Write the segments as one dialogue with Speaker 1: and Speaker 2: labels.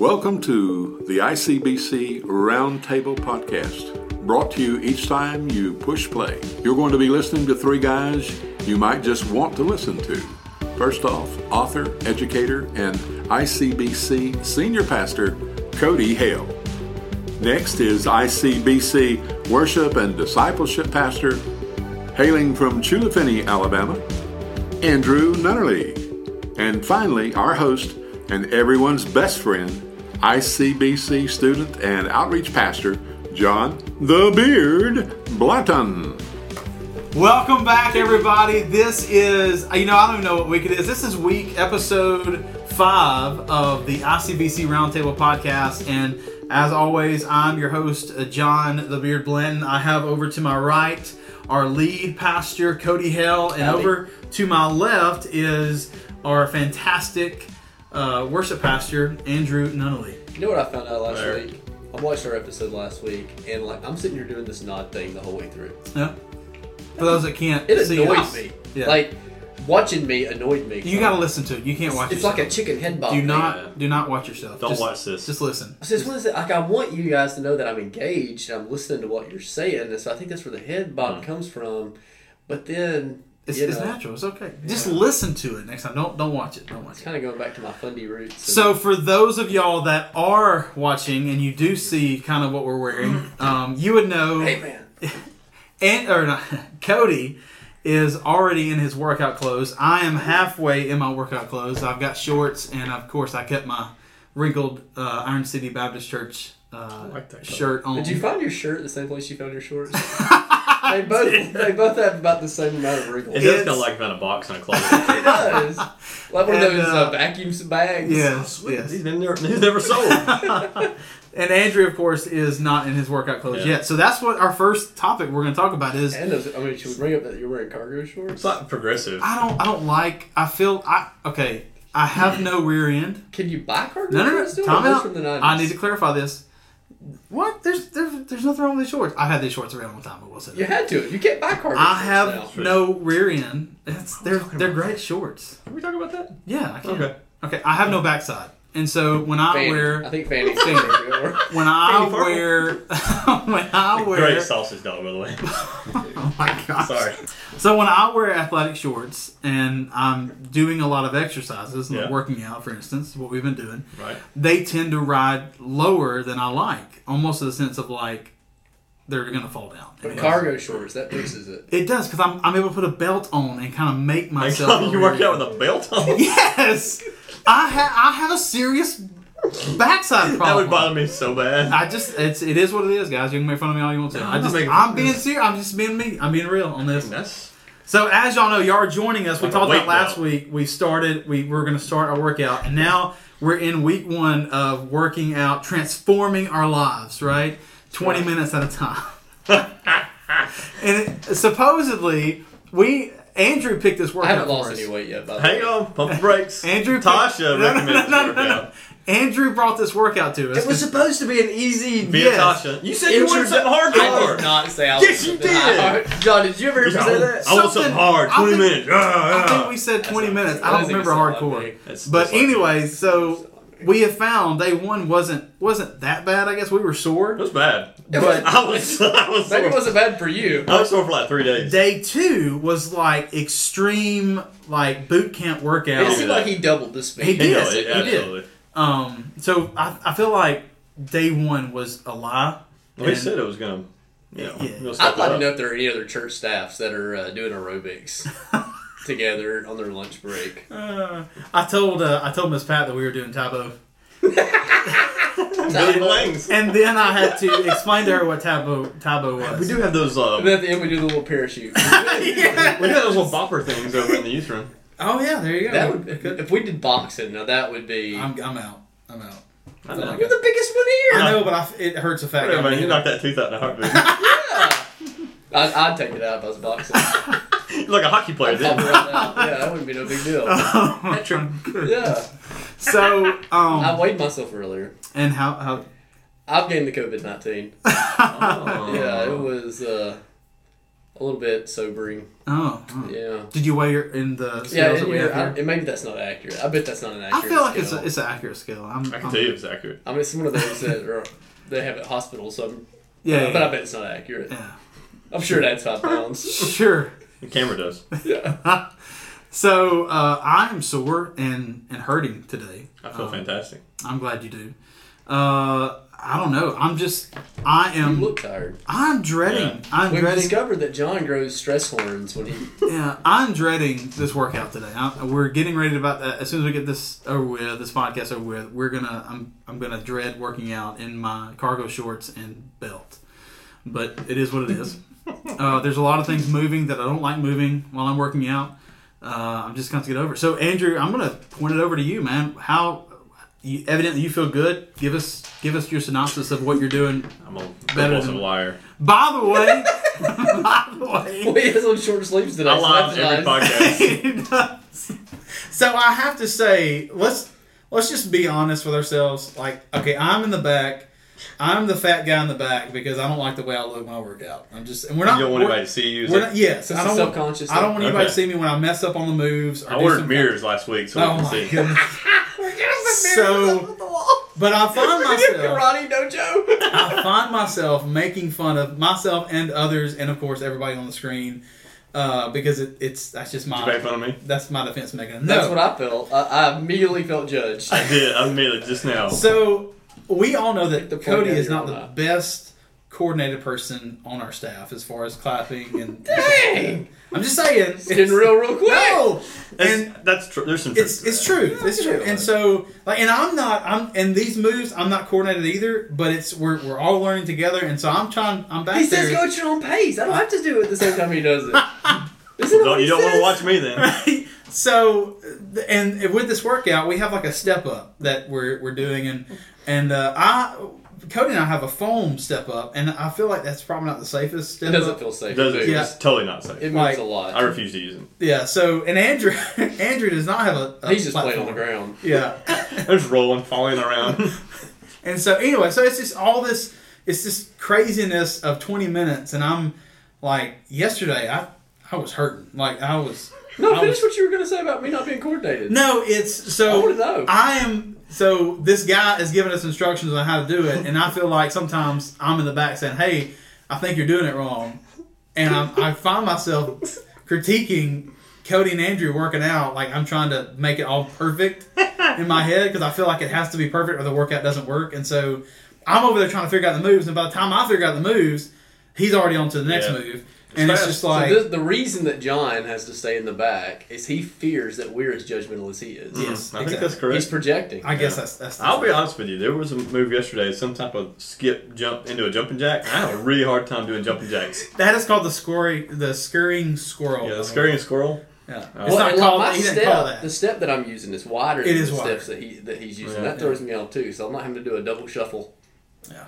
Speaker 1: Welcome to the ICBC Roundtable Podcast, brought to you each time you push play. You're going to be listening to three guys you might just want to listen to. First off, author, educator, and ICBC senior pastor Cody Hale. Next is ICBC worship and discipleship pastor, hailing from Chulafini, Alabama, Andrew Nunnerly. And finally, our host and everyone's best friend, ICBC student and outreach pastor, John the Beard Blatton.
Speaker 2: Welcome back, everybody. This is, uh, you know, I don't even know what week it is. This is week episode five of the ICBC Roundtable podcast. And as always, I'm your host, uh, John the Beard Blend. I have over to my right our lead pastor, Cody Hell. And over to my left is our fantastic uh, worship pastor, Andrew Nunnally.
Speaker 3: You know what I found out last week? I watched our episode last week, and like I'm sitting here doing this nod thing the whole way through.
Speaker 2: Yeah. For those that can't
Speaker 3: It
Speaker 2: see
Speaker 3: annoyed
Speaker 2: us.
Speaker 3: me.
Speaker 2: Yeah.
Speaker 3: Like watching me annoyed me.
Speaker 2: you got to listen to it. You can't watch
Speaker 3: It's
Speaker 2: yourself.
Speaker 3: like a chicken head bob.
Speaker 2: Do
Speaker 3: thing.
Speaker 2: not
Speaker 4: Oh, Yeah.
Speaker 2: do not watch yourself.
Speaker 4: Don't
Speaker 2: just,
Speaker 4: watch this.
Speaker 2: Just listen.
Speaker 3: I says, what is it? Like I want you guys to know that I'm engaged. and I'm listening to what you're saying, and so I think that's where the head
Speaker 2: Hmm.
Speaker 3: bob comes from. But then
Speaker 2: It's,
Speaker 3: you
Speaker 2: it's
Speaker 3: know,
Speaker 2: natural. It's okay. Just listen to it next time. Don't don't watch it. Don't watch
Speaker 3: It's
Speaker 2: it.
Speaker 3: kind of going back to my fundy roots.
Speaker 2: So for those of y'all that are watching and you do see kind of what we're wearing, um, you would know.
Speaker 3: hey man,
Speaker 2: and or not, Cody is already in his workout clothes. I am halfway in my workout clothes. I've got shorts, and of course, I kept my wrinkled uh, Iron City Baptist Church uh,
Speaker 4: like that color.
Speaker 2: shirt on.
Speaker 3: did you find your shirt the same place you found your shorts? they both they both have about the same amount of wrinkles.
Speaker 4: It
Speaker 2: It's-
Speaker 4: does kind of like found a box in a closet.
Speaker 3: It does. Like one
Speaker 2: And,
Speaker 3: of those
Speaker 2: uh,
Speaker 3: uh, vacuum bags.
Speaker 2: Yes, yes.
Speaker 4: He's been there. He's never sold.
Speaker 2: And Andrew, of course, is not in his workout clothes
Speaker 4: Yeah.
Speaker 2: yet. So that's what our first topic we're going to talk about is.
Speaker 3: And those, I mean, should we bring up that you're wearing cargo shorts?
Speaker 4: It's not progressive.
Speaker 2: I don't, I don't like. I feel I okay. I have no rear end.
Speaker 3: Can you buy cargo
Speaker 2: No, no, no.
Speaker 3: shorts still?
Speaker 2: Time
Speaker 3: Those
Speaker 2: out.
Speaker 3: from the 90s.
Speaker 2: I need to clarify this. What? There's, there's, there's nothing wrong with these shorts. I've had these shorts around a long time. I will say
Speaker 3: You
Speaker 2: that.
Speaker 3: had to. You can't buy cargo
Speaker 2: I
Speaker 3: shorts
Speaker 2: have
Speaker 3: now.
Speaker 2: no rear end. It's, they're
Speaker 4: talking
Speaker 2: they're
Speaker 4: about
Speaker 2: great shorts.
Speaker 4: Can we talk about that?
Speaker 2: Yeah, I can. Okay.
Speaker 4: Okay.
Speaker 2: okay, I have no backside, and so when I
Speaker 3: Fanny. I
Speaker 2: wear
Speaker 3: think Fanny.
Speaker 2: when I
Speaker 4: Fanny purple.
Speaker 2: wear when I wear
Speaker 4: Great sausage dog, by the way.
Speaker 2: oh my gosh.
Speaker 4: Sorry.
Speaker 2: So when I wear athletic shorts and I'm doing a lot of exercises, like
Speaker 4: Yeah.
Speaker 2: working out, for instance, what we've been doing,
Speaker 4: Right.
Speaker 2: they tend to ride lower than I like, almost in the sense of like they're gonna fall down.
Speaker 3: But cargo shorts, that fixes it.
Speaker 2: It does because I'm, I'm able to put a belt on and kind of make
Speaker 4: Like,
Speaker 2: myself.
Speaker 4: you work out with a belt on.
Speaker 2: Yes, I ha- I have a serious backside problem.
Speaker 4: That would bother me so bad.
Speaker 2: I just it's it is what it is, guys. You can make fun of me all you want to. I
Speaker 4: I'm
Speaker 2: just
Speaker 4: not making fun
Speaker 2: I'm
Speaker 4: of
Speaker 2: being
Speaker 4: you.
Speaker 2: serious. I'm just being me. I'm being real on this.
Speaker 4: That's
Speaker 2: So as y'all know, y'all are joining us. We
Speaker 4: Like a
Speaker 2: talked about
Speaker 4: weight
Speaker 2: last
Speaker 4: belt.
Speaker 2: week. We started. We were going to start our workout, and now we're in week one of working out, transforming our lives. Right, twenty minutes at a time. and it, supposedly, we Andrew picked this
Speaker 3: I
Speaker 2: workout.
Speaker 3: haven't
Speaker 2: for
Speaker 3: lost
Speaker 2: us.
Speaker 3: any weight yet. By the
Speaker 4: hang
Speaker 3: way.
Speaker 4: on. Pump the brakes.
Speaker 2: Andrew
Speaker 4: Tasha
Speaker 2: no, no, no,
Speaker 4: recommends
Speaker 2: no, no,
Speaker 4: workout.
Speaker 2: no. Andrew brought this workout to us.
Speaker 3: It was supposed to be an easy.
Speaker 4: Be
Speaker 2: Yes.
Speaker 4: a Tasha. You said you wanted
Speaker 3: introdu-
Speaker 4: something
Speaker 3: I did
Speaker 4: hardcore.
Speaker 3: not say I
Speaker 4: Yes, you
Speaker 3: was- I- John, did you ever
Speaker 4: I,
Speaker 3: say that?
Speaker 4: I want something
Speaker 2: Something-
Speaker 4: hard.
Speaker 2: I
Speaker 4: Twenty
Speaker 2: think-
Speaker 4: minutes. Yeah,
Speaker 2: I
Speaker 4: yeah.
Speaker 2: think we said 20 minutes. I don't
Speaker 3: think
Speaker 2: remember
Speaker 3: it's all I
Speaker 2: hardcore.
Speaker 3: think.
Speaker 4: Ah. That's
Speaker 2: But
Speaker 4: just like-
Speaker 2: anyway, so we have found day one wasn't wasn't that bad. I guess we were
Speaker 4: it
Speaker 2: sore,
Speaker 4: was bad.
Speaker 2: but
Speaker 4: I was. I was.
Speaker 3: Maybe it
Speaker 4: sore.
Speaker 3: wasn't bad for you.
Speaker 4: I was sore for like three days.
Speaker 2: day two was like extreme like boot camp
Speaker 3: It
Speaker 2: workout.
Speaker 3: seemed like he doubled the speed.
Speaker 2: He did.
Speaker 4: Hell,
Speaker 2: he
Speaker 4: it-
Speaker 2: did.
Speaker 4: absolutely.
Speaker 2: Um, so I, I feel like day one was a lie. And-
Speaker 4: Well, he said it was gonna. You know,
Speaker 2: Yeah.
Speaker 4: gonna step
Speaker 3: I'd
Speaker 4: it
Speaker 3: like to
Speaker 4: up.
Speaker 3: know if there are any other church staffs that are uh, doing aerobics together on their lunch break.
Speaker 2: Uh, I told uh, I told Miss Pat that we were doing Tabo,
Speaker 4: Billy Blanks.
Speaker 2: and then I had to explain to her what Tabo Tabo was.
Speaker 4: We do have those. Uh,
Speaker 3: And at the end, we do the little parachute.
Speaker 4: we do have those little bopper things over in the youth room.
Speaker 2: Oh yeah, there you go.
Speaker 3: That would, if we did boxing, now that would be.
Speaker 2: I'm, I'm out. I'm out.
Speaker 4: I know.
Speaker 3: you're the biggest one
Speaker 2: I
Speaker 3: here.
Speaker 2: know, but I, it hurts a fat
Speaker 4: Whatever,
Speaker 2: guy.
Speaker 4: man, you knocked that tooth out in a heartbeat.
Speaker 3: I'd, I'd take it out if I was boxing.
Speaker 4: You're like a hockey player,
Speaker 3: Pop it
Speaker 4: didn't
Speaker 3: right
Speaker 4: you?
Speaker 3: out. yeah, that wouldn't be no big deal. Yeah,
Speaker 2: So,
Speaker 3: I
Speaker 2: um,
Speaker 3: weighed myself earlier.
Speaker 2: and how, how
Speaker 3: I've gained the COVID nineteen.
Speaker 4: Oh.
Speaker 3: Yeah, it was. Uh, a little bit sobering.
Speaker 2: Oh, oh.
Speaker 3: Yeah.
Speaker 2: did you weigh your in the scales
Speaker 3: Yeah,
Speaker 2: that
Speaker 3: and,
Speaker 2: we
Speaker 3: you're-
Speaker 2: have here?
Speaker 3: I- and maybe that's not accurate. I bet that's not an
Speaker 2: I
Speaker 3: accurate.
Speaker 2: feel like it's
Speaker 3: scale.
Speaker 2: a, it's an accurate scale. I'm,
Speaker 4: I can
Speaker 2: I'm-
Speaker 4: tell you it's accurate.
Speaker 3: I mean, it's one of those that are, they have at hospitals, so I'm,
Speaker 2: Yeah, yeah,
Speaker 3: but I bet it's not accurate.
Speaker 2: yeah.
Speaker 3: I'm sure it adds five pounds.
Speaker 2: sure.
Speaker 4: The camera does.
Speaker 2: So uh, I'm sore and and hurting today.
Speaker 4: I feel fantastic.
Speaker 2: I'm glad you do. Uh, I don't know. I'm just I
Speaker 3: You
Speaker 2: am
Speaker 3: look tired.
Speaker 2: I'm dreading.
Speaker 4: Yeah.
Speaker 2: I'm
Speaker 3: We've
Speaker 2: dreading.
Speaker 3: discovered that John grows stress horns when he.
Speaker 2: Yeah, I'm dreading this workout today. I, we're getting ready to about that. As soon as we get this over with, this podcast over with, we're gonna. I'm I'm gonna dread working out in my cargo shorts and belt. But it is what it is. uh, there's a lot of things moving that I don't like moving while I'm working out. Uh, I'm just gonna have to get over. it. So Andrew, I'm gonna point it over to you, man. How you, evidently you feel good. Give us give us your synopsis of what you're doing.
Speaker 4: I'm a
Speaker 2: Better
Speaker 4: compulsive
Speaker 2: than-
Speaker 4: liar.
Speaker 2: By the way, by the way,
Speaker 3: Well, he has on short sleeves today.
Speaker 4: I
Speaker 3: so
Speaker 4: live
Speaker 3: that's
Speaker 4: every
Speaker 3: nice.
Speaker 4: podcast.
Speaker 2: so I have to say, let's let's just be honest with ourselves. Like, okay, I'm in the back. I'm the fat guy in the back because I don't like the way I look when I work out. I'm just, and we're not.
Speaker 4: you don't want
Speaker 2: we're-
Speaker 4: anybody to see you. It's
Speaker 2: We're
Speaker 4: like-
Speaker 2: not, yes,
Speaker 3: It's
Speaker 2: I
Speaker 3: a
Speaker 2: don't. Want,
Speaker 3: subconscious
Speaker 2: I don't
Speaker 3: thing.
Speaker 2: want anybody to
Speaker 4: Okay.
Speaker 2: see me when I mess up on the moves. Or
Speaker 4: I
Speaker 2: do
Speaker 4: ordered
Speaker 2: some-
Speaker 4: mirrors last week so
Speaker 2: Oh
Speaker 4: we can
Speaker 2: my
Speaker 4: see.
Speaker 2: goodness! so, but I find myself.
Speaker 3: Karate dojo.
Speaker 2: I find myself making fun of myself and others, and of course everybody on the screen, uh, because it, it's that's just my
Speaker 4: Did you make fun of me?
Speaker 2: that's my defense mechanism.
Speaker 3: That's
Speaker 2: No.
Speaker 3: what I felt. I, I immediately felt judged.
Speaker 4: I did. I made it just now.
Speaker 2: So we all know that
Speaker 3: the point
Speaker 2: Cody
Speaker 3: out
Speaker 2: is
Speaker 3: your
Speaker 2: not
Speaker 3: own
Speaker 2: the
Speaker 3: eye.
Speaker 2: best coordinated person on our staff as far as clapping and.
Speaker 3: Dang!
Speaker 2: I'm just saying. It's
Speaker 3: Getting real, real quick.
Speaker 2: No,
Speaker 4: That's,
Speaker 2: and
Speaker 4: that's true. There's some truth
Speaker 2: it's
Speaker 4: to
Speaker 2: it's
Speaker 4: that.
Speaker 2: true. It's true. And so like, and I'm not. I'm and these moves. I'm not coordinated either. But it's we're we're all learning together. And so I'm trying. I'm back
Speaker 3: He
Speaker 2: there.
Speaker 3: says go at your own pace. I don't have to do it the same time he does it. Isn't that
Speaker 4: Don't,
Speaker 3: what
Speaker 4: you
Speaker 3: he
Speaker 4: don't want
Speaker 3: says?
Speaker 4: to watch me then.
Speaker 2: so and with this workout we have like a step up that we're, we're doing and and uh, i cody and i have a foam step up and i feel like that's probably not the safest
Speaker 3: It
Speaker 2: step
Speaker 3: doesn't
Speaker 2: up.
Speaker 3: feel safe.
Speaker 4: It doesn't.
Speaker 3: It
Speaker 4: It's totally not safe.
Speaker 3: moves
Speaker 2: Like,
Speaker 3: a lot.
Speaker 4: I refuse to use them.
Speaker 2: yeah so and andrew andrew does not have a, a
Speaker 3: He's just playing on the
Speaker 2: platform.
Speaker 3: ground.
Speaker 2: yeah
Speaker 4: I'm just rolling, falling around.
Speaker 2: and so anyway so it's just all this it's this craziness of 20 minutes and i'm like yesterday i i was hurting like i was
Speaker 3: No,
Speaker 2: I
Speaker 3: finish
Speaker 2: was-
Speaker 3: what you were going to say about me not being coordinated.
Speaker 2: No, it's so
Speaker 3: I wanna know.
Speaker 2: I am so this guy is giving us instructions on how to do it, and I feel like sometimes I'm in the back saying, "Hey, I think you're doing it wrong," and I, I find myself critiquing Cody and Andrew working out like I'm trying to make it all perfect in my head because I feel like it has to be perfect or the workout doesn't work, and so I'm over there trying to figure out the moves, and by the time I figure out the moves, he's already on to the next
Speaker 4: Yeah.
Speaker 2: move, and it's
Speaker 4: fast.
Speaker 2: just
Speaker 3: So
Speaker 2: like
Speaker 3: this, the reason that John has to stay in the back is he fears that we're as judgmental as he is.
Speaker 2: yes,
Speaker 4: I think
Speaker 2: exactly.
Speaker 4: that's correct.
Speaker 3: He's projecting.
Speaker 2: I guess that's that's.
Speaker 4: I'll be honest with you. There was a move yesterday, some type of skip, jump into a jumping jack. and I had a really hard time doing jumping jacks.
Speaker 2: That is called the scurry, the scurrying squirrel.
Speaker 4: Yeah, the
Speaker 3: Oh.
Speaker 4: scurrying Oh. squirrel.
Speaker 2: Yeah. It's
Speaker 4: Well,
Speaker 2: not
Speaker 3: and
Speaker 2: called.
Speaker 3: like
Speaker 2: he
Speaker 3: my
Speaker 2: didn't call
Speaker 3: step,
Speaker 2: that.
Speaker 3: the step that I'm using is wider than
Speaker 2: is
Speaker 3: the
Speaker 2: wider.
Speaker 3: steps that he that he's using.
Speaker 4: Yeah.
Speaker 3: That throws me out too, so I'm not having to do a double shuffle.
Speaker 4: Yeah,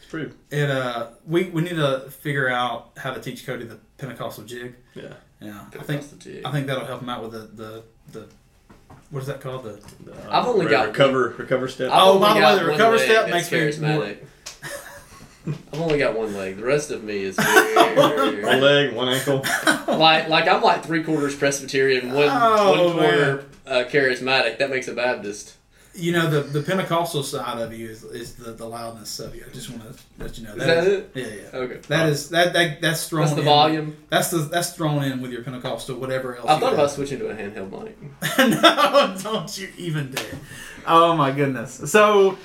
Speaker 4: it's pretty.
Speaker 2: It uh, we we need to figure out how to teach Cody the Pentecostal jig.
Speaker 4: Yeah,
Speaker 2: Yeah, I think
Speaker 3: Pentecostal jig.
Speaker 2: I think that'll help him out with the the the what is that called? The
Speaker 4: The,
Speaker 3: I've only
Speaker 4: re-
Speaker 3: got
Speaker 4: recover, recover step.
Speaker 3: I've
Speaker 2: Oh,
Speaker 3: only
Speaker 2: by the
Speaker 3: got
Speaker 2: way, the
Speaker 3: one
Speaker 2: recover
Speaker 3: leg
Speaker 2: step
Speaker 3: that's
Speaker 2: makes me more-
Speaker 3: charismatic. I've only got one leg. The rest of me is very-
Speaker 4: One leg, one ankle.
Speaker 3: like like I'm like three quarters Presbyterian, one
Speaker 2: Oh,
Speaker 3: one quarter uh, charismatic. That makes a Baptist.
Speaker 2: you know the the Pentecostal side of you is, is the, the loudness of you. I just want to let you know
Speaker 3: Is that
Speaker 2: is-
Speaker 3: it?
Speaker 2: Yeah, yeah.
Speaker 3: Okay.
Speaker 2: That is that, that that's thrown.
Speaker 3: That's the
Speaker 2: in.
Speaker 3: volume.
Speaker 2: That's the that's thrown in with your Pentecostal whatever else.
Speaker 3: I
Speaker 2: you
Speaker 3: thought
Speaker 2: have.
Speaker 3: about switching to a handheld mic.
Speaker 2: no, don't you even dare. Oh my goodness. So,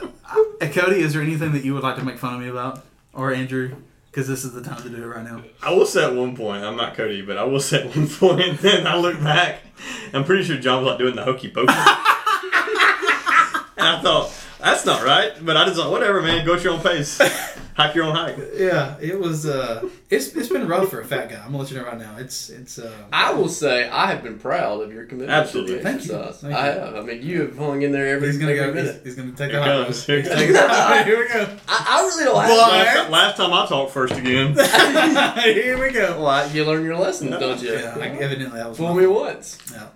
Speaker 2: uh, Cody, is there anything that you would like to make fun of me about? Or Andrew? Because this is the time to do it right now.
Speaker 4: I will say at one point, I'm not Cody, but I will say at one point, then I look back, I'm pretty sure John was like doing the hokey pokey. and I thought, that's not right, but I just thought, whatever, man, go at your own pace. Hike your own hike.
Speaker 2: Yeah, it was, uh, it's, it's been rough for a fat guy. I'm going to let you know right now. It's, it's, uh,
Speaker 3: I will say I have been proud of your commitment to
Speaker 4: Absolutely.
Speaker 3: the
Speaker 2: Thank you.
Speaker 3: exercise.
Speaker 2: Thank
Speaker 3: I
Speaker 2: you.
Speaker 3: have. I mean, you have hung in there every,
Speaker 2: he's going to
Speaker 3: every
Speaker 2: go, he's,
Speaker 3: minute.
Speaker 2: he's going to take
Speaker 4: Here
Speaker 2: the
Speaker 4: it
Speaker 2: hot
Speaker 4: comes.
Speaker 2: road.
Speaker 4: Here it comes.
Speaker 2: Here we go.
Speaker 3: I, I really don't
Speaker 2: Well,
Speaker 3: have.
Speaker 4: Last, last time I talked first again.
Speaker 2: Here we go.
Speaker 3: Like you learn your lessons, don't you?
Speaker 2: Yeah, like, evidently that was
Speaker 3: Fool
Speaker 2: my-
Speaker 3: me once.
Speaker 2: Yeah.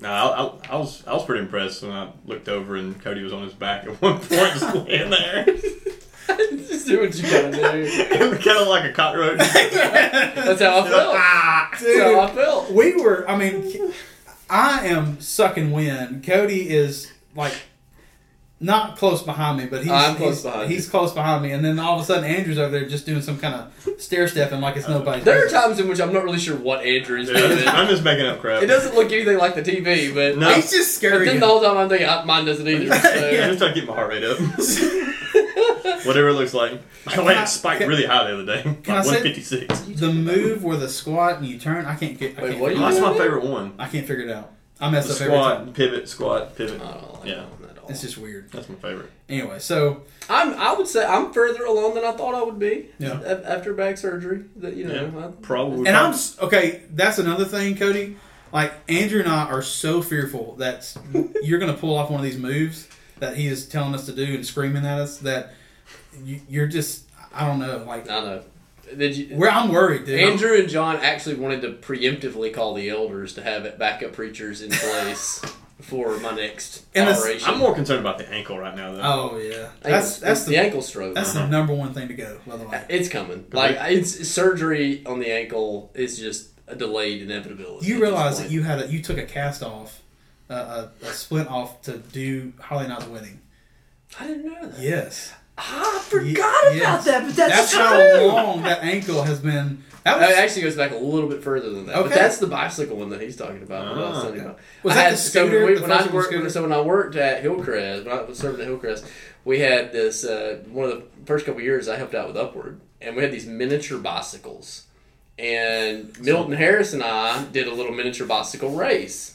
Speaker 4: No, I, I, I was I was pretty impressed when I looked over and Cody was on his back at one point, just laying there.
Speaker 3: Just do what you gotta do.
Speaker 4: kind of like a cockroach.
Speaker 3: That's how I felt.
Speaker 4: ah.
Speaker 3: That's how I
Speaker 2: Dude,
Speaker 3: felt.
Speaker 2: we were. I mean, I am sucking wind. Cody is like not close behind me, but he's
Speaker 3: I'm
Speaker 2: he's,
Speaker 3: close behind
Speaker 2: he's close behind me. And then all of a sudden, Andrew's over there just doing some kind of stair stepping like it's nobody's.
Speaker 3: Uh, There are
Speaker 2: business.
Speaker 3: times in which I'm not really sure what Andrew is
Speaker 4: Dude,
Speaker 3: doing.
Speaker 4: I'm just making up crap.
Speaker 3: It doesn't look anything like the TV, but
Speaker 4: No.
Speaker 2: He's just
Speaker 3: but
Speaker 2: scary.
Speaker 3: then the whole time I'm thinking, "Ah, mine doesn't either. So.
Speaker 4: I'm Uh, just trying to keep my heart rate up. Whatever it looks like. I went
Speaker 2: I-
Speaker 4: it spiked
Speaker 2: can-
Speaker 4: really high the other day. Like
Speaker 2: can I say-
Speaker 4: 156.
Speaker 2: The move where the squat and you turn, I can't get. I,
Speaker 3: Wait,
Speaker 2: can't, figure
Speaker 3: what do you
Speaker 2: it
Speaker 4: That's
Speaker 2: out.
Speaker 4: my favorite one.
Speaker 2: I can't figure it out. I mess
Speaker 4: The
Speaker 2: up every time.
Speaker 4: squat, pivot, squat, pivot.
Speaker 3: Oh, I don't like
Speaker 4: Yeah.
Speaker 3: that one at all.
Speaker 2: It's just weird.
Speaker 4: That's my favorite.
Speaker 2: Anyway, so
Speaker 3: I'm, I would say I'm further along than I thought I would be
Speaker 2: Yeah.
Speaker 3: a- after back surgery. That you know,
Speaker 4: Yeah,
Speaker 3: I-
Speaker 4: probably.
Speaker 2: and
Speaker 3: Um,
Speaker 2: I'm s- okay. That's another thing, Cody. Like Andrew and I are so fearful that you're going to pull off one of these moves that he is telling us to do and screaming at us that you, you're just I don't know. Like
Speaker 3: I know. Did you?
Speaker 2: where I'm worried, dude. I'm-
Speaker 3: Andrew and John actually wanted to preemptively call the elders to have it backup preachers in place for my next
Speaker 2: And this-
Speaker 3: operation.
Speaker 4: I'm more concerned about the ankle right now, though.
Speaker 2: oh yeah, that's
Speaker 3: Ankle-
Speaker 2: that's
Speaker 3: the
Speaker 2: the
Speaker 3: ankle stroke.
Speaker 2: that's the number one thing to go. By the way,
Speaker 3: it's coming. Like it's surgery on the ankle is just a delayed inevitability.
Speaker 2: you
Speaker 3: at this
Speaker 2: realize that
Speaker 3: point.
Speaker 2: you had a you took a cast off, uh, a, a splint off to do Holly and I's wedding.
Speaker 3: I didn't know that.
Speaker 2: Yes.
Speaker 3: I
Speaker 2: Ye-
Speaker 3: forgot about
Speaker 2: yes.
Speaker 3: that, but
Speaker 2: That's
Speaker 3: that's, true.
Speaker 2: how long that ankle has been. That was,
Speaker 3: It actually goes back a little bit further than that. But
Speaker 2: Okay.
Speaker 3: that's the bicycle one that he's talking about. what I was
Speaker 4: Ah.
Speaker 3: talking about.
Speaker 2: Was
Speaker 3: I
Speaker 2: that
Speaker 3: had-
Speaker 2: the
Speaker 3: so
Speaker 2: scooter,
Speaker 3: we-
Speaker 2: the
Speaker 3: when
Speaker 2: first
Speaker 3: I
Speaker 2: one,
Speaker 3: worked,
Speaker 2: scooter?
Speaker 3: So when I worked at Hillcrest, when I was serving at Hillcrest, we had this, uh, one of the first couple years I helped out with Upward, and we had these miniature bicycles. And Milton Harris and I did a little miniature bicycle race,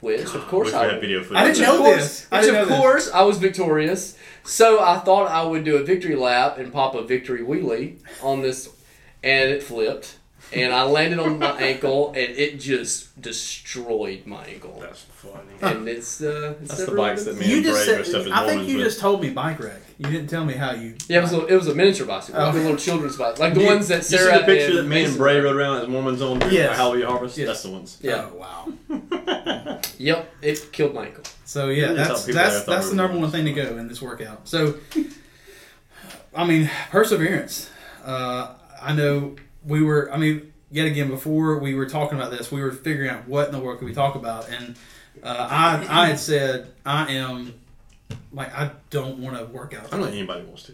Speaker 3: which, of
Speaker 4: Wish
Speaker 3: course,
Speaker 4: we
Speaker 3: I
Speaker 4: had video footage.
Speaker 2: I didn't
Speaker 3: which
Speaker 2: know
Speaker 3: of course,
Speaker 2: this. I
Speaker 3: Which
Speaker 2: didn't
Speaker 3: of
Speaker 2: know this.
Speaker 3: course I was victorious. So I thought I would do a victory lap and pop a victory wheelie on this, and it flipped, and I landed on my ankle, and it just destroyed my ankle.
Speaker 4: That's funny.
Speaker 3: And it's uh, it's
Speaker 4: That's the
Speaker 3: never
Speaker 4: bikes
Speaker 3: been-
Speaker 4: that me
Speaker 2: you
Speaker 4: and
Speaker 2: just
Speaker 4: Brave
Speaker 2: said,
Speaker 4: are stuff as
Speaker 2: I think
Speaker 4: Mormons
Speaker 2: you
Speaker 4: with.
Speaker 2: just told me bike wreck. You didn't tell me how you.
Speaker 3: Yeah, it was a, it was a miniature bicycle, like a
Speaker 2: Oh.
Speaker 3: little children's bicycle, like the
Speaker 2: You-
Speaker 3: ones that
Speaker 4: You
Speaker 3: Sarah
Speaker 4: see the picture
Speaker 3: and
Speaker 4: that me and
Speaker 3: Mason-
Speaker 4: Bray rode around as Mormons on during
Speaker 2: Yes.
Speaker 4: Halloween Harvest?
Speaker 2: Yes.
Speaker 4: That's the ones.
Speaker 3: Yeah.
Speaker 2: Oh, wow.
Speaker 3: Yep, it killed my ankle.
Speaker 2: So yeah,
Speaker 4: Really tell
Speaker 2: that's
Speaker 4: people that I
Speaker 2: that's
Speaker 4: thought
Speaker 2: that's
Speaker 4: we
Speaker 2: the
Speaker 4: were
Speaker 2: number one thing
Speaker 4: Mormons.
Speaker 2: to go in this workout. So, I mean, perseverance. Uh, I know we were. I mean, yet again, before we were talking about this, we were figuring out what in the world could we talk about, and uh, I I had said I am like I don't want to work out.
Speaker 4: I don't think anybody wants to.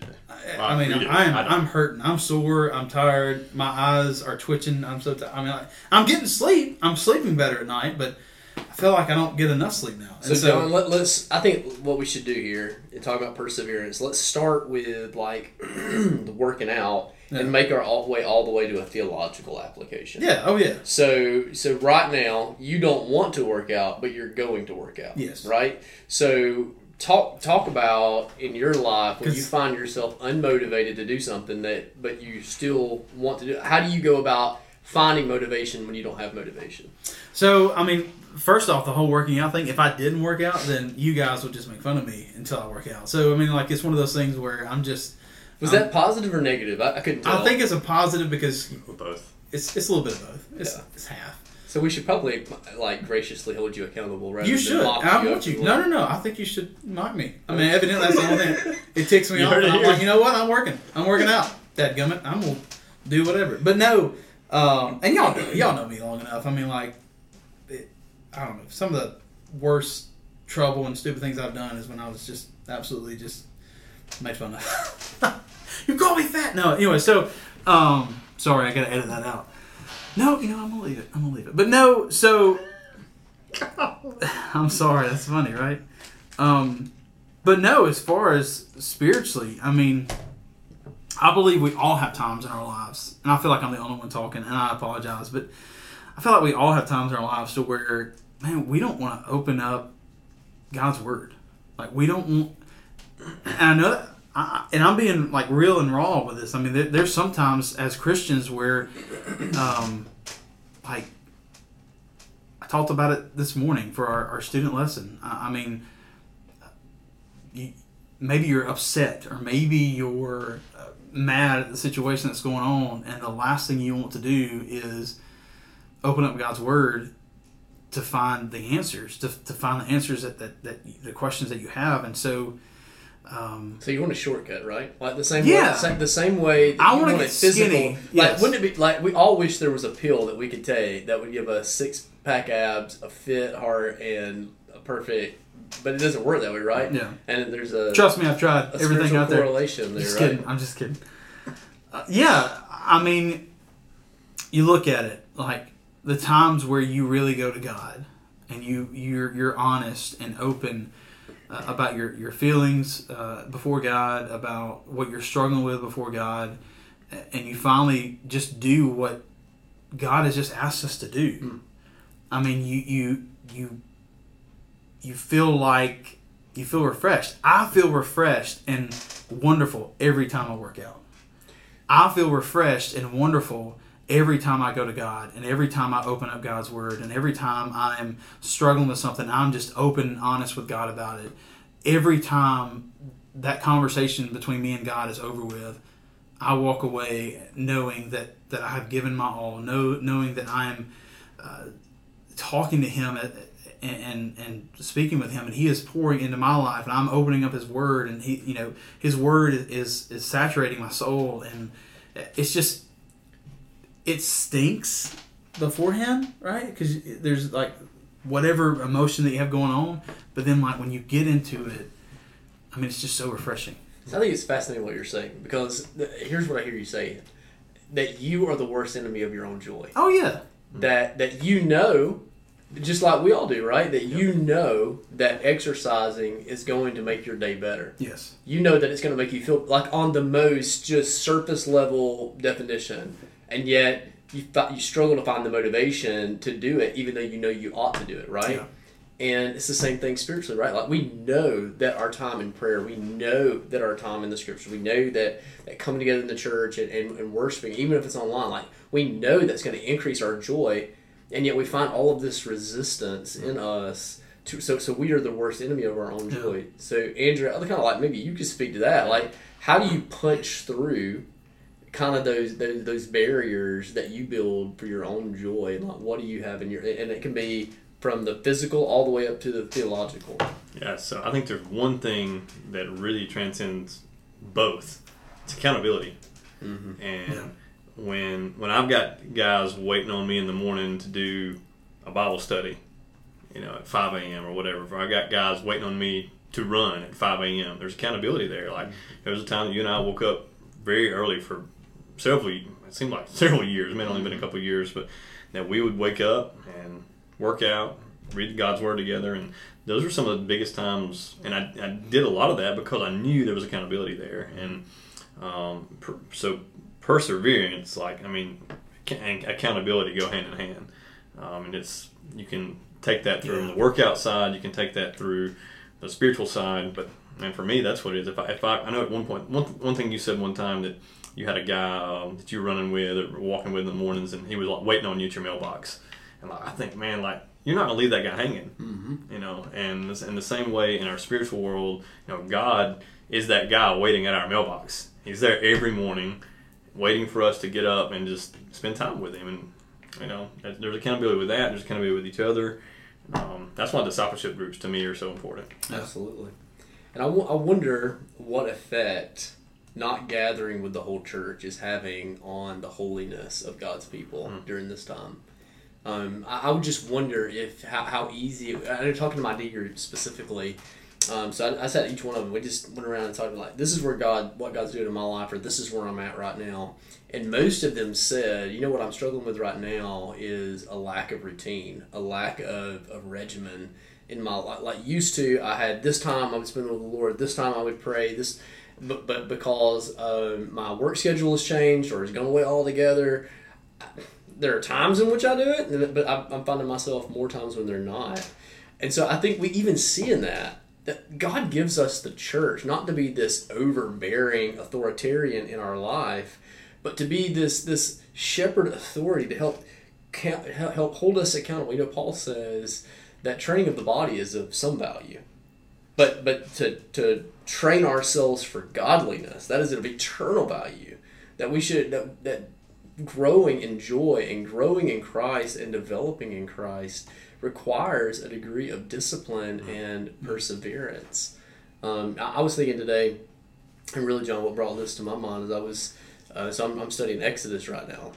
Speaker 2: I mean,
Speaker 4: we do.
Speaker 2: I'm
Speaker 4: I don't.
Speaker 2: I'm hurting. I'm sore. I'm tired. My eyes are twitching. I'm so tired. I mean, like, I'm getting sleep. I'm sleeping better at night, but I feel like I don't get enough sleep now.
Speaker 3: So,
Speaker 2: And so,
Speaker 3: John, let, let's. I think what we should do here and talk about perseverance. Let's start with like the working out
Speaker 2: Yeah.
Speaker 3: and make our all way all the way to a theological application.
Speaker 2: yeah, oh yeah,
Speaker 3: So so right now you don't want to work out, but you're going to work out.
Speaker 2: Yes.
Speaker 3: Right. So talk talk about in your life when you
Speaker 2: 'Cause-
Speaker 3: find yourself unmotivated to do something that but you still want to do. How do you go about finding motivation when you don't have motivation?
Speaker 2: So I mean, first off, the whole working out thing. If I didn't work out, then you guys would just make fun of me until I work out. So I mean, like it's one of those things where I'm just.
Speaker 3: Was
Speaker 2: Um,
Speaker 3: that positive or negative? I, I couldn't. Tell.
Speaker 2: I think it's a positive because
Speaker 4: We're both.
Speaker 2: it's it's a little bit of both. It's,
Speaker 3: Yeah.
Speaker 2: it's half.
Speaker 3: So we should probably like graciously hold you accountable, rather
Speaker 2: You
Speaker 3: than
Speaker 2: should.
Speaker 3: mock
Speaker 2: I
Speaker 3: you
Speaker 2: want you.
Speaker 3: openly.
Speaker 2: No, no, no. I think you should mock me. I mean, evidently that's the only thing. It ticks me
Speaker 4: You
Speaker 2: off.
Speaker 4: heard
Speaker 2: And
Speaker 4: it
Speaker 2: I'm
Speaker 4: here.
Speaker 2: like, you know what? I'm working. I'm working out. Dadgummit. I'm gonna do whatever. But no. Um, and y'all know y'all know me long enough. I mean, like, it, I don't know. Some of the worst trouble and stupid things I've done is when I was just absolutely just made fun of. you call me fat? No. Anyway, so um, sorry, I gotta edit that out. No, you know I'm gonna leave it. I'm gonna leave it. But no, so I'm sorry. That's funny, right? Um, but no, as far as spiritually, I mean, I believe we all have times in our lives, and I feel like I'm the only one talking, and I apologize, but I feel like we all have times in our lives to where, man, we don't want to open up God's word. Like we don't want. And I know that. I, and I'm being like real and raw with this. I mean, there, there's sometimes as Christians where, um, like I talked about it this morning for our, our student lesson. I, I mean, you, maybe you're upset or maybe you're uh, mad at the situation that's going on, and the last thing you want to do is open up God's Word to find the answers, to, to find the answers that, that, that the questions that you have. And so, Um,
Speaker 3: So you want a shortcut, right? Like the same
Speaker 2: Yeah.
Speaker 3: way, the same, the same way. That
Speaker 2: I
Speaker 3: you
Speaker 2: wanna
Speaker 3: want
Speaker 2: get
Speaker 3: it physical.
Speaker 2: skinny, yes.
Speaker 3: Like wouldn't it be like we all wish there was a pill that we could take that would give us six pack abs, a fit heart, and a perfect. But it doesn't work that way, right?
Speaker 2: Yeah.
Speaker 3: And there's a
Speaker 2: trust me, I've tried
Speaker 3: a
Speaker 2: everything
Speaker 3: spiritual
Speaker 2: out there.
Speaker 3: correlation there,
Speaker 2: Just
Speaker 3: right?
Speaker 2: kidding. I'm just kidding. Uh, yeah, I mean, you look at it like the times where you really go to God and you you're you're honest and open uh, about your your feelings uh, before God, about what you're struggling with before God, a- and you finally just do what God has just asked us to do. I mean, you you you you feel like you feel refreshed. I feel refreshed and wonderful every time I work out. I feel refreshed and wonderful every time I go to God and every time I open up God's word and every time I am struggling with something, I'm just open and honest with God about it. Every time that conversation between me and God is over with, I walk away knowing that, that I have given my all, know, knowing that I am talking to him at, and, and and speaking with him and he is pouring into my life and I'm opening up his word and he you know his word is is saturating my soul and it's just it stinks beforehand right because there's like whatever emotion that you have going on but then like when you get into it I mean it's just so refreshing
Speaker 3: I think it's fascinating what you're saying because th- here's what I hear you saying that you are the worst enemy of your own joy.
Speaker 2: oh yeah
Speaker 3: that that you know just like we all do right that you know that exercising is going to make your day better
Speaker 2: yes
Speaker 3: you know that it's going to make you feel like on the most just surface level definition and yet you fi- you struggle to find the motivation to do it even though you know you ought to do it right
Speaker 2: Yeah.
Speaker 3: and it's the same thing spiritually right like we know that our time in prayer we know that our time in the scripture we know that that coming together in the church and, and, and worshiping even if it's online like we know that's going to increase our joy and yet we find all of this resistance in us to, so so we are the worst enemy of our own joy so andrew i kind of like maybe you could speak to that like how do you punch through kind of those, those those barriers that you build for your own joy and like what do you have in your and it can be from the physical all the way up to the theological
Speaker 4: Yeah, so I think there's one thing that really transcends both. It's accountability.
Speaker 2: Mm-hmm.
Speaker 4: And when when I've got guys waiting on me in the morning to do a Bible study, you know, at 5 a.m. or whatever, if I've got guys waiting on me to run at 5 a.m., there's accountability there. Like,
Speaker 2: Mm-hmm.
Speaker 4: there was a time that you and I woke up very early for several, it seemed like several years, it may have only
Speaker 2: Mm-hmm.
Speaker 4: been a couple years, but that we would wake up and work out, read God's Word together. And those were some of the biggest times. And I, I did a lot of that because I knew there was accountability there. And um, per, so perseverance, like, I mean, acc- and accountability go hand in hand. Um, and it's, you can take that through the workout side, you can take that through the spiritual side. But, and for me, that's what it is. If I, if I, I know at one point, one, one thing you said one time that you had a guy um, that you were running with or walking with in the mornings, and he was like waiting on you at your mailbox. And like, I think, man, like you're not gonna leave that guy hanging, mm-hmm. you know. And this- in the same way, in our spiritual world, you know, God is that guy waiting at our mailbox. He's there every morning, waiting for us to get up and just spend time with Him. And you know, that- there's accountability with that. There's accountability with each other. Um, that's why discipleship groups to me are so important.
Speaker 3: absolutely and I wo- I wonder what effect not gathering with the whole church is having on the holiness of god's people during this time um, I, I would just wonder if how, how easy i'm talking to my D group specifically Um, so I, I sat each one of them. We just went around and talked about like, this is where God, what God's doing in my life, or this is where I'm at right now. And most of them said, you know what I'm struggling with right now is a lack of routine, a lack of, of regimen in my life. Like used to, I had this time I would spend with the Lord, this time I would pray, this, but, but because um, my work schedule has changed or has gone away altogether, there are times in which I do it, but I'm I'm finding myself more times when they're not. And so I think we even see in that that God gives us the church not to be this overbearing authoritarian in our life, but to be this this shepherd authority to help count, help help hold us accountable. You know, Paul says that training of the body is of some value but but to to train ourselves for godliness that is of eternal value that we should that, that growing in joy and growing in christ and developing in christ requires a degree of discipline and perseverance Um, I, I was thinking today, and really, John, what brought this to my mind is I was, uh, so I'm, I'm studying Exodus right now,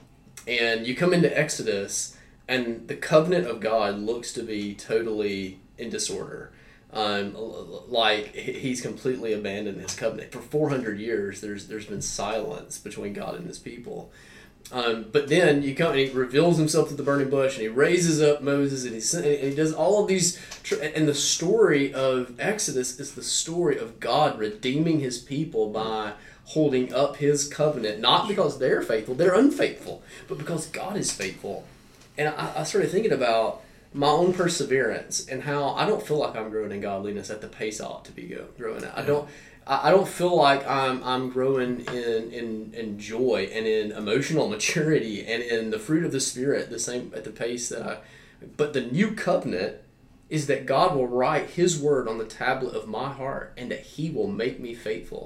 Speaker 3: and you come into Exodus, and the covenant of God looks to be totally in disorder. Um, l- l- like he- he's completely abandoned his covenant for 400 years. There's there's been silence between God and His people. Um, but then you come and he reveals himself to the burning bush, and he raises up Moses, and he sen- and he does all of these. Tr- and the story of Exodus is the story of God redeeming His people by holding up His covenant, not because they're faithful, they're unfaithful, but because God is faithful. And I, I started thinking about my own perseverance and how I don't feel like I'm growing in godliness at the pace I ought to be go, growing at. I don't. I I don't feel like I'm I'm growing in, in in joy and in emotional maturity and in the fruit of the spirit the same at the pace that I. But the new covenant is that God will write His word on the tablet of my heart and that He will make me faithful.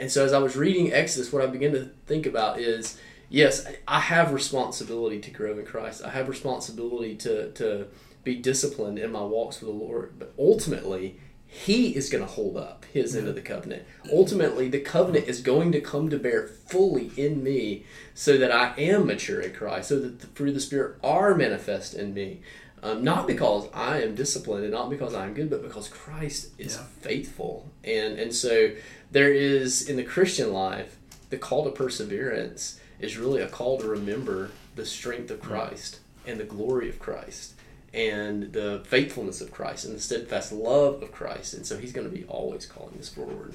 Speaker 3: And so, as I was reading Exodus, what I began to think about is yes, I have responsibility to grow in Christ, I have responsibility to, to be disciplined in my walks with the Lord, but ultimately, he is going to hold up his end of the covenant. Ultimately, the covenant is going to come to bear fully in me so that I am mature in Christ, so that the fruit of the Spirit are manifest in me. Um, not because I am disciplined and not because I'm good, but because Christ is
Speaker 2: Yeah.
Speaker 3: faithful. And, and so there is, in the Christian life, the call to perseverance is really a call to remember the strength of Christ and the glory of Christ and the faithfulness of Christ and the steadfast love of Christ. And so he's going to be always calling us forward.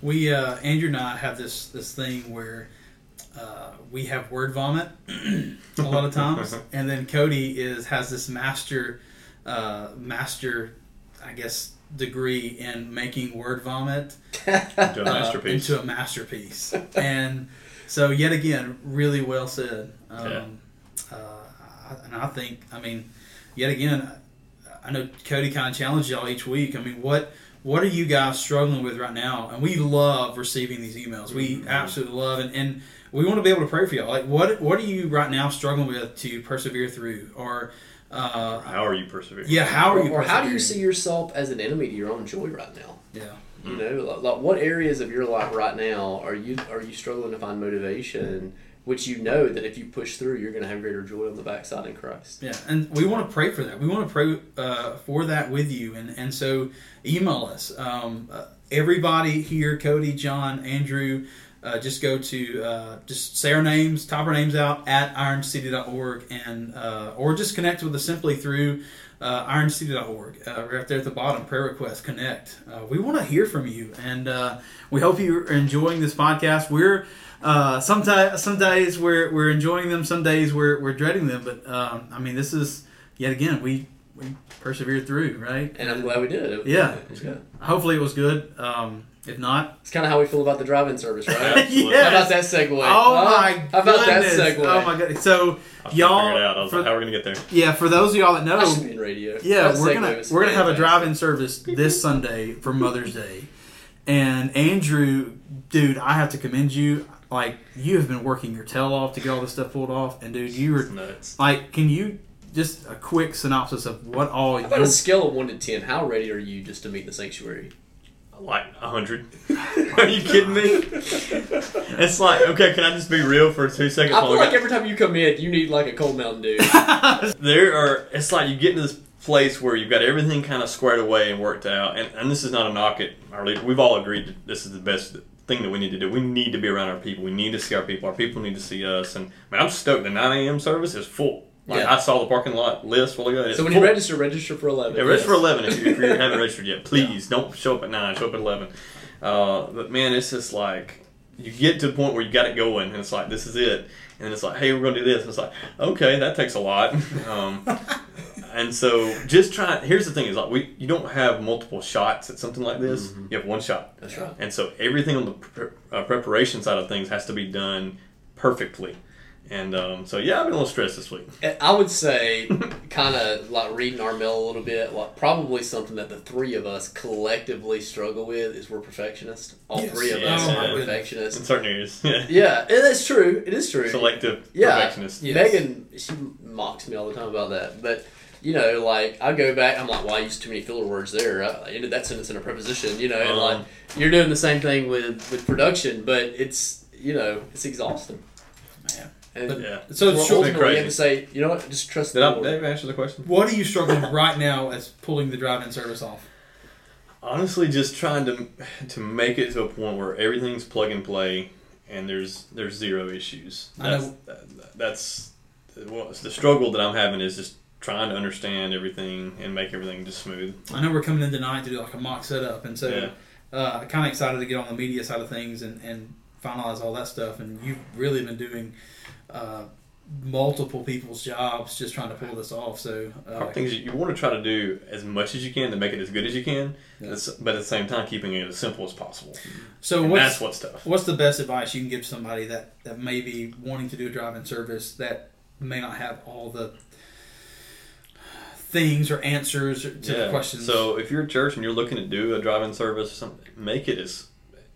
Speaker 2: We uh, Andrew and I have this this thing where uh, we have word vomit a lot of times, and then Cody is has this master uh, master, I guess, degree in making word vomit
Speaker 4: Into a
Speaker 2: uh,
Speaker 4: masterpiece.
Speaker 2: into a masterpiece, and so yet again, really well said. Um, uh, I- and I think, I mean, yet again, I- I know Cody kind of challenged y'all each week. I mean, what what are you guys struggling with right now? And we love receiving these emails.
Speaker 4: Mm-hmm.
Speaker 2: We absolutely love, and, and we want to be able to pray for y'all. Like, what what are you right now struggling with to persevere through, or uh,
Speaker 4: How are you persevering?
Speaker 2: yeah, how are you?
Speaker 3: or how do you
Speaker 2: persevering?
Speaker 3: see yourself as an enemy to your own joy right now?
Speaker 2: Yeah.
Speaker 3: You know, like, like what areas of your life right now are you are you struggling to find motivation, which you know that if you push through, you're going to have greater joy on the backside in Christ.
Speaker 2: Yeah, and we want to pray for that. We want to pray uh, for that with you, and and so email us. Um, uh, everybody here, Cody, John, Andrew, uh, just go to uh, just say our names, type our names out at ironcity.org, and uh, or just connect with us simply through uh, ironcity.org. Uh, right there at the bottom, prayer request, connect. Uh, we want to hear from you, and uh, we hope you're enjoying this podcast. We're uh, sometimes some days we're, we're enjoying them, some days we're, we're dreading them. But um, I mean, this is yet again we we persevered through, right?
Speaker 3: And I'm glad we did. It-
Speaker 2: Yeah.
Speaker 3: yeah.
Speaker 2: Hopefully, it was good. Um, if not,
Speaker 3: It's kind of how we feel about the drive-in service, right?
Speaker 4: Absolutely.
Speaker 3: How
Speaker 2: Yes.
Speaker 3: about that segue?
Speaker 2: oh
Speaker 3: Huh?
Speaker 2: my
Speaker 3: How about
Speaker 2: goodness!
Speaker 3: that segue?
Speaker 2: Oh my god! So
Speaker 4: I was
Speaker 2: y'all,
Speaker 4: trying to figure it out. I was
Speaker 2: for-
Speaker 4: like, oh. how are we gonna get there?
Speaker 2: yeah, for those of y'all that know,
Speaker 3: I should be in radio.
Speaker 2: Yeah,
Speaker 3: That
Speaker 2: we're
Speaker 3: segue
Speaker 2: gonna
Speaker 3: was
Speaker 2: we're gonna have a
Speaker 3: fantastic.
Speaker 2: drive-in service this Sunday for Mother's Day, and Andrew, dude, I have to commend you. Like you have been working your tail off to get all this stuff pulled off, and dude, you were
Speaker 4: It's nuts.
Speaker 2: like, can you just a quick synopsis of what all
Speaker 3: How about
Speaker 2: you?
Speaker 3: a scale of one to ten? How ready are you just to meet the sanctuary?
Speaker 4: Like a hundred. are you kidding me? it's like okay, can I just be real for two seconds?
Speaker 3: I
Speaker 4: while
Speaker 3: feel
Speaker 4: we
Speaker 3: like
Speaker 4: got-
Speaker 3: every time you come in, you need like a cold Mountain Dew.
Speaker 4: there are it's like you get into this place where you've got everything kind of squared away and worked out and, and this is not a knock at our leader we've all agreed that this is the best thing that we need to do we need to be around our people we need to see our people our people need to see us and man, i'm stoked the 9 a.m service is full like
Speaker 3: Yeah.
Speaker 4: i saw the parking lot list while ago it's
Speaker 3: so when
Speaker 4: full.
Speaker 3: you register, register for eleven.
Speaker 4: Yeah, register for
Speaker 3: Yes.
Speaker 4: eleven if you, if you haven't registered yet. Please don't show up at nine. Show up at eleven. Uh, but man, it's just like you get to the point where you got it going, and it's like this is it. And it's like, hey, we're gonna do this. And it's like, okay, that takes a lot. Um, and so just try. Here's the thing: is like we you don't have multiple shots at something like this. You have one shot.
Speaker 3: Mm-hmm. That's right.
Speaker 4: And so everything on the pre- uh, preparation side of things has to be done perfectly. And um, so yeah, I've been a little stressed this week.
Speaker 3: I would say, kind of like reading our mail a little bit, like probably something that the three of us collectively struggle with is we're perfectionists. All
Speaker 2: Yes.
Speaker 3: three of
Speaker 4: Yeah.
Speaker 3: us are
Speaker 4: Oh, my
Speaker 2: goodness.
Speaker 4: In
Speaker 3: perfectionists.
Speaker 4: certain areas, yeah.
Speaker 3: Yeah, it is true. It is true.
Speaker 4: Selective
Speaker 3: yeah.
Speaker 4: perfectionist.
Speaker 2: Yes.
Speaker 3: Megan, she mocks me all the time about that. But you know, like I go back, I'm like, well, I used too many filler words there. I ended that sentence in a preposition, you know, and
Speaker 4: Um.
Speaker 3: like you're doing the same thing with with production, but it's you know, it's exhausting.
Speaker 2: Man.
Speaker 3: And
Speaker 5: But-
Speaker 4: Yeah.
Speaker 5: So,
Speaker 3: well,
Speaker 5: short-
Speaker 3: ultimately,
Speaker 4: Crazy.
Speaker 3: you have to say, you know what, just trust
Speaker 4: Did
Speaker 3: the
Speaker 4: I,
Speaker 3: Lord.
Speaker 4: did I answer the question?
Speaker 5: what are you struggling with right now as pulling the drive-in service off?
Speaker 4: Honestly, just trying to to make it to a point where everything's plug and play, and there's there's zero issues.
Speaker 5: I
Speaker 4: That's
Speaker 5: know-
Speaker 4: that, that's well, it's the struggle that I'm having is just trying to understand everything and make everything just smooth.
Speaker 5: I know we're coming in tonight to do like a mock setup, and so uh, kind of excited to get on the media side of things and, and finalize all that stuff. And you've really been doing uh, multiple people's jobs just trying to pull this off. So uh,
Speaker 4: Hard things that you want to try to do as much as you can to make it as good as you can, that's- but at the same time keeping it as simple as possible.
Speaker 5: so
Speaker 4: And
Speaker 5: what's
Speaker 4: that's what's tough.
Speaker 5: what's the best advice you can give somebody that that may be wanting to do a drive-in service that may not have all the things or answers to the questions?
Speaker 4: So if you're a church and you're looking to do a drive-in service or something, make it as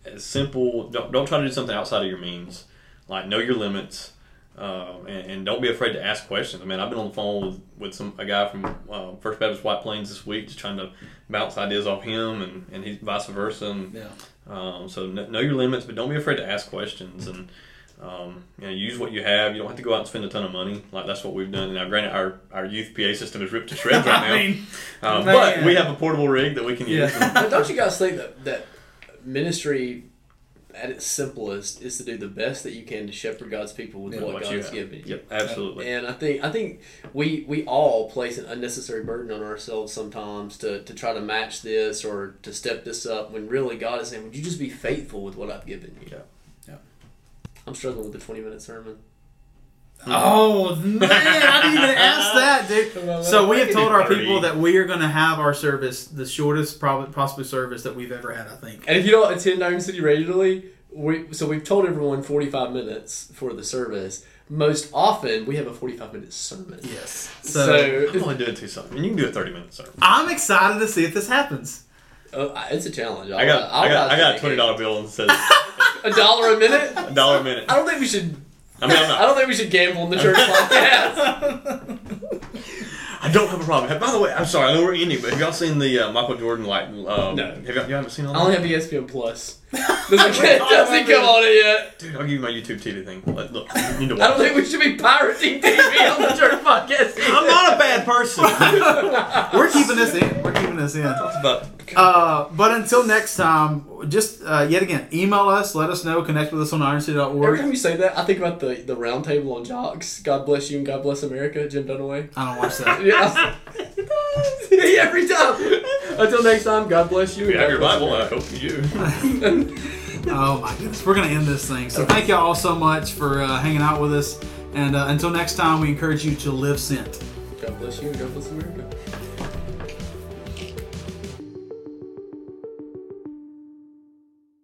Speaker 4: as simple. Don't don't try to do something outside of your means. Like know your limits, um, and, and don't be afraid to ask questions. I mean, I've been on the phone with, with some a guy from uh, First Baptist White Plains this week, just trying to bounce ideas off him, and and he vice versa. And
Speaker 5: yeah.
Speaker 4: um, so kn- know your limits, but don't be afraid to ask questions and um, you know use what you have. You don't have to go out and spend a ton of money. Like that's what we've done. Now, granted, our, our youth PA system is ripped to shreds right now,
Speaker 5: I mean,
Speaker 4: um,
Speaker 5: man.
Speaker 4: but we have a portable rig that we can use.
Speaker 5: Yeah.
Speaker 3: But don't you guys think that, that ministry at its simplest is to do the best that you can to shepherd God's people with
Speaker 5: Yeah,
Speaker 3: what
Speaker 4: what you
Speaker 3: God's
Speaker 4: have.
Speaker 3: given you?
Speaker 4: Yep, absolutely.
Speaker 3: And I think I think we we all place an unnecessary burden on ourselves sometimes to, to try to match this or to step this up when really God is saying, Would you just be faithful with what I've given you?
Speaker 4: Yeah.
Speaker 5: Yeah.
Speaker 3: I'm struggling with the twenty minute sermon.
Speaker 5: oh man,
Speaker 2: I didn't even ask that, dude. So we have told our
Speaker 4: Thirty.
Speaker 2: people that we are going to have our service, the shortest probably possible service that we've ever had. I think.
Speaker 3: And if you don't attend Iron City regularly, we so we've told everyone forty five minutes for the service. Most often we have a forty five minute sermon.
Speaker 2: Yes. So,
Speaker 3: So,
Speaker 4: I'm only doing two something. You can do a thirty minute sermon.
Speaker 2: I'm excited to see if this happens.
Speaker 3: Oh, I- it's a challenge. I'll,
Speaker 4: I got
Speaker 3: I'll
Speaker 4: I got
Speaker 3: rise
Speaker 4: I
Speaker 3: to
Speaker 4: got
Speaker 3: the
Speaker 4: a twenty dollar bill and says
Speaker 3: occasion. A dollar a minute.
Speaker 4: a
Speaker 3: I
Speaker 4: dollar a minute.
Speaker 3: don't think we should.
Speaker 4: I mean, I'm
Speaker 3: I
Speaker 4: not,
Speaker 3: don't think we should gamble in the church podcast.
Speaker 4: I don't have a problem. By the way, I'm sorry. I know we're ending, but have y'all seen the uh, Michael Jordan like? Um,
Speaker 3: No.
Speaker 4: Have y'all, you haven't seen all
Speaker 3: I only
Speaker 4: that?
Speaker 3: have E ESPN Plus. Doesn't, doesn't come on it yet.
Speaker 4: Dude, I'll give you my YouTube TV thing. Like, look, you need to watch.
Speaker 3: I don't think we should be pirating TV on the church podcast.
Speaker 4: I'm
Speaker 3: either.
Speaker 4: not a bad person.
Speaker 2: We're keeping this in. We're keeping this in.
Speaker 4: but
Speaker 2: Uh, but until next time, just uh, yet again, email us. Let us know. Connect with us on
Speaker 3: Every
Speaker 2: ironcity.org.
Speaker 3: time you say that, I think about the the round table on jocks. God bless you and God bless America. Jim Dunaway.
Speaker 2: I don't watch that.
Speaker 3: Yeah. Every time. Until next time, God bless you. and
Speaker 4: you have
Speaker 3: God
Speaker 4: your
Speaker 3: bless
Speaker 4: Bible.
Speaker 3: America.
Speaker 4: I hope you do.
Speaker 2: Oh my goodness, we're gonna end this thing. So thank y'all all so much for uh, hanging out with us, and uh, until next time, we encourage you to live sent.
Speaker 3: God bless you and God bless America.